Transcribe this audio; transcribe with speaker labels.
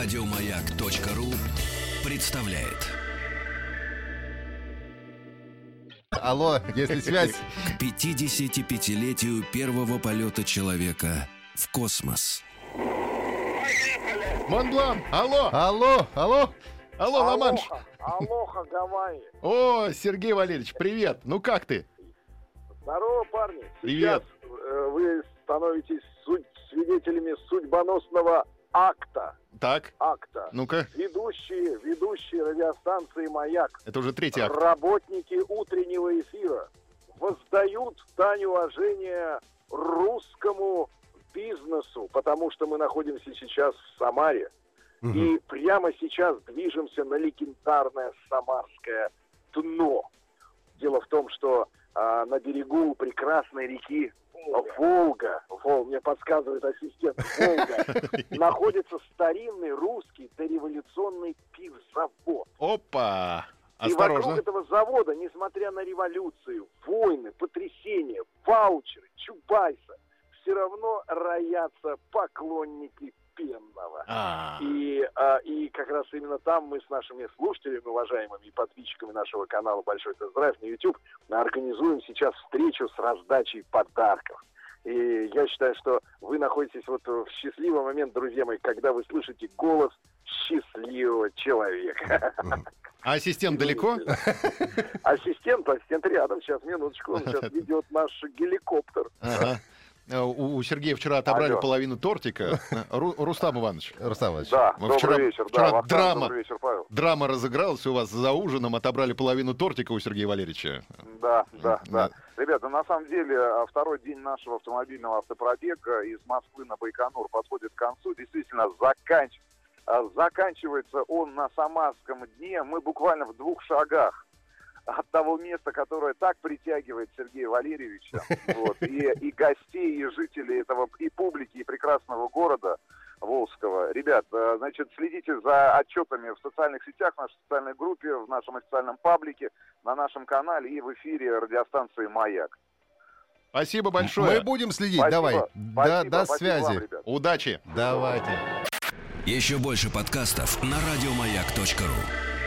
Speaker 1: Радиомаяк.ру представляет.
Speaker 2: Алло, если связь.
Speaker 1: К 55-летию первого полета человека в космос.
Speaker 3: Монблан, алло,
Speaker 2: Алло, алло.
Speaker 3: алло, Ламанш.
Speaker 4: Алоха, алоха, Гавайи.
Speaker 3: О, Сергей Валерьевич, привет. Ну как ты?
Speaker 4: Здорово, парни.
Speaker 3: Привет.
Speaker 4: Сейчас э, вы становитесь су- свидетелями судьбоносного акта.
Speaker 3: Так,
Speaker 4: Акта.
Speaker 3: ну-ка,
Speaker 4: Ведущие, ведущие радиостанции «Маяк»,
Speaker 3: это уже третий акт.
Speaker 4: работники утреннего эфира воздают дань уважения русскому бизнесу, потому что мы находимся сейчас в Самаре. И прямо сейчас движемся на легендарное самарское дно. Дело в том, что а, на берегу прекрасной реки Волга, Вол, мне подсказывает ассистент Волга, находится старинный русский дореволюционный пивзавод.
Speaker 3: Опа,
Speaker 4: И
Speaker 3: осторожно.
Speaker 4: вокруг этого завода, несмотря на революцию, войны, потрясения, ваучеры, Чубайса, все равно роятся поклонники пенного.
Speaker 3: А,
Speaker 4: И, а, и как раз именно там мы с нашими слушателями, уважаемыми и подписчиками нашего канала «Большой Тест-Драйв» на YouTube организуем сейчас встречу с раздачей подарков. И я считаю, что вы находитесь вот в счастливый момент, друзья мои, когда вы слышите голос счастливого человека.
Speaker 3: А ассистент далеко?
Speaker 4: Ассистент, ассистент рядом, сейчас, минуточку, он сейчас ведет наш геликоптер.
Speaker 3: Ага. Э, У у Сергея вчера отобрали
Speaker 4: Алло.
Speaker 3: половину тортика. Ру- Рустам Иванович,
Speaker 2: Рустам Иванович.
Speaker 4: Да,
Speaker 3: Мы
Speaker 4: добрый
Speaker 3: вчера-
Speaker 4: вечер.
Speaker 3: вчера
Speaker 4: да, Вахтанг,
Speaker 3: драма.
Speaker 4: Добрый вечер, Павел.
Speaker 3: драма разыгралась у вас за ужином, отобрали половину тортика у Сергея Валерьевича.
Speaker 5: Да, да,
Speaker 3: Да.
Speaker 5: да. Ребята, на самом деле а, второй день нашего автомобильного автопробега из Москвы на Байконур подходит к концу. Действительно, заканч- а, заканчивается он на Самарском дне. Мы буквально в двух шагах от того места, которое так притягивает Сергея Валерьевича, вот, и, и гостей, и жителей этого, и публики, и прекрасного города Волжского. Ребят, э, значит, следите за отчетами в социальных сетях, в нашей социальной группе, в нашем официальном паблике, на нашем канале и в эфире радиостанции «Маяк».
Speaker 3: Спасибо
Speaker 2: Мы
Speaker 3: большое.
Speaker 2: будем следить,
Speaker 5: Спасибо.
Speaker 2: давай. Да,
Speaker 5: Спасибо,
Speaker 2: до
Speaker 5: спасибо вам,
Speaker 2: связи.
Speaker 5: ребят.
Speaker 3: Удачи.
Speaker 2: Давайте.
Speaker 1: Еще больше подкастов на радиомаяк.ру.